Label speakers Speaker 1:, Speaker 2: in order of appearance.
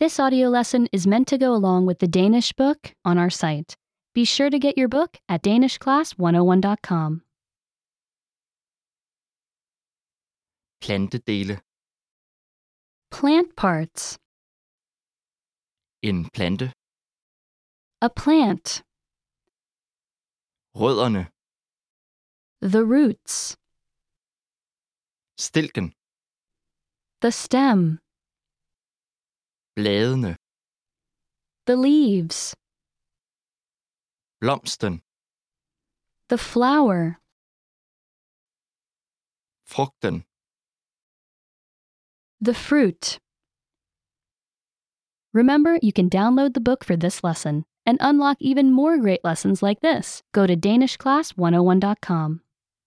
Speaker 1: This audio lesson is meant to go along with the Danish book on our site. Be sure to get your book at danishclass101.com.
Speaker 2: plantedele.
Speaker 1: Plant parts.
Speaker 2: En plante.
Speaker 1: A plant.
Speaker 2: Rødderne.
Speaker 1: The roots.
Speaker 2: Stilken.
Speaker 1: The stem.
Speaker 2: Bladene.
Speaker 1: The leaves.
Speaker 2: Blomsten.
Speaker 1: The flower.
Speaker 2: Frugten.
Speaker 1: The fruit. Remember, you can download the book for this oh lesson and unlock even more great lessons like this. Go to danishclass101.com.